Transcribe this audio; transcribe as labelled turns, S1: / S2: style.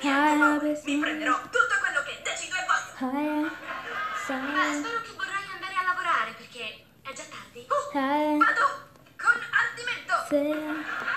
S1: sarò, mi
S2: bestia.
S1: prenderò tutto quello che decido e voglio. Eh,
S2: Hai,
S3: Ma
S2: sai,
S3: spero che vorrai andare a lavorare perché è già tardi.
S1: Oh,
S2: hai,
S1: vado con ardimento.
S2: sei,